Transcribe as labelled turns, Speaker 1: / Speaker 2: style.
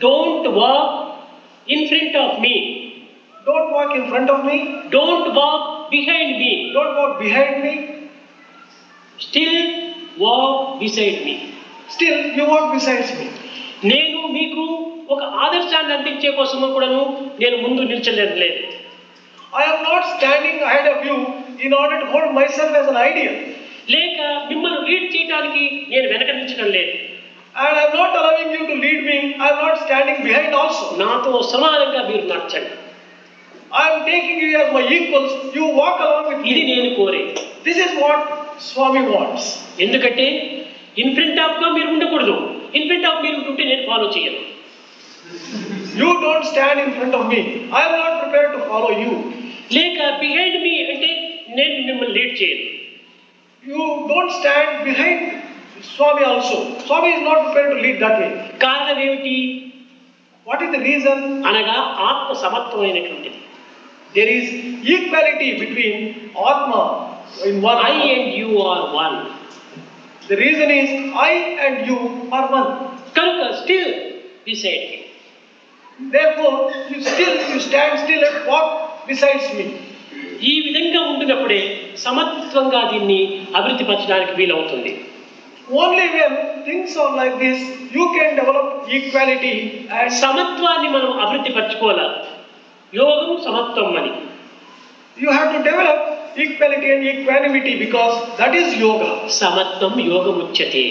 Speaker 1: Don't walk in front of me.
Speaker 2: Don't walk in front of me.
Speaker 1: Don't walk behind me.
Speaker 2: Don't walk behind me.
Speaker 1: Still walk beside me.
Speaker 2: Still, you walk beside me.
Speaker 1: నేను మీకు ఒక ఆదర్శాన్ని అందించే కోసము కూడాను నేను ముందు నిల్చలేదు లేదు
Speaker 2: I am not standing ahead of you in order to hold myself as an ideal.
Speaker 1: లేక మిమ్మల్ని లీడ్ చేయడానికి నేను వెనక నిల్చడం లేదు
Speaker 2: And I am not allowing you to lead me. I am not standing behind also.
Speaker 1: నాతో సమానంగా మీరు నడచండి
Speaker 2: I am taking you as my equals. You walk along with
Speaker 1: ఇది
Speaker 2: me.
Speaker 1: నేను కోరే
Speaker 2: This is what Swami wants.
Speaker 1: ఎందుకంటే in front of గా మీరు ఉండకూడదు ఇన్ ఫ్రంట్ ఆఫ్ మీరు ఉంటుంటే నేను ఫాలో చేయను
Speaker 2: You don't stand in front of me. I am not prepared to follow you.
Speaker 1: లేక బిహైండ్ మీ అంటే నేను మిమ్మల్ని లీడ్ చేయను
Speaker 2: You don't stand behind Swami also. Swami is not prepared to lead that way.
Speaker 1: కారణం ఏమిటి
Speaker 2: What is the reason?
Speaker 1: అనగా ఆత్మ సమత్వమైనటువంటిది
Speaker 2: There is equality between Atma in one.
Speaker 1: I and you are one
Speaker 2: The reason is I and you are one.
Speaker 1: కనుక still decide
Speaker 2: Therefore, you still you stand still and walk besides me.
Speaker 1: ఈ విధంగా ఉండినప్పుడే సమత్వంగా దీన్ని అభివృద్ధి పరచడానికి వీలవుతుంది
Speaker 2: Only when things are like this, you can develop equality and
Speaker 1: సమత్వాన్ని మనం అభివృద్ధి పరచుకోవాలి యోగం సమత్వం అని
Speaker 2: you have to develop equality and equanimity because that is yoga.
Speaker 1: సమత్వం యోగముచ్యతే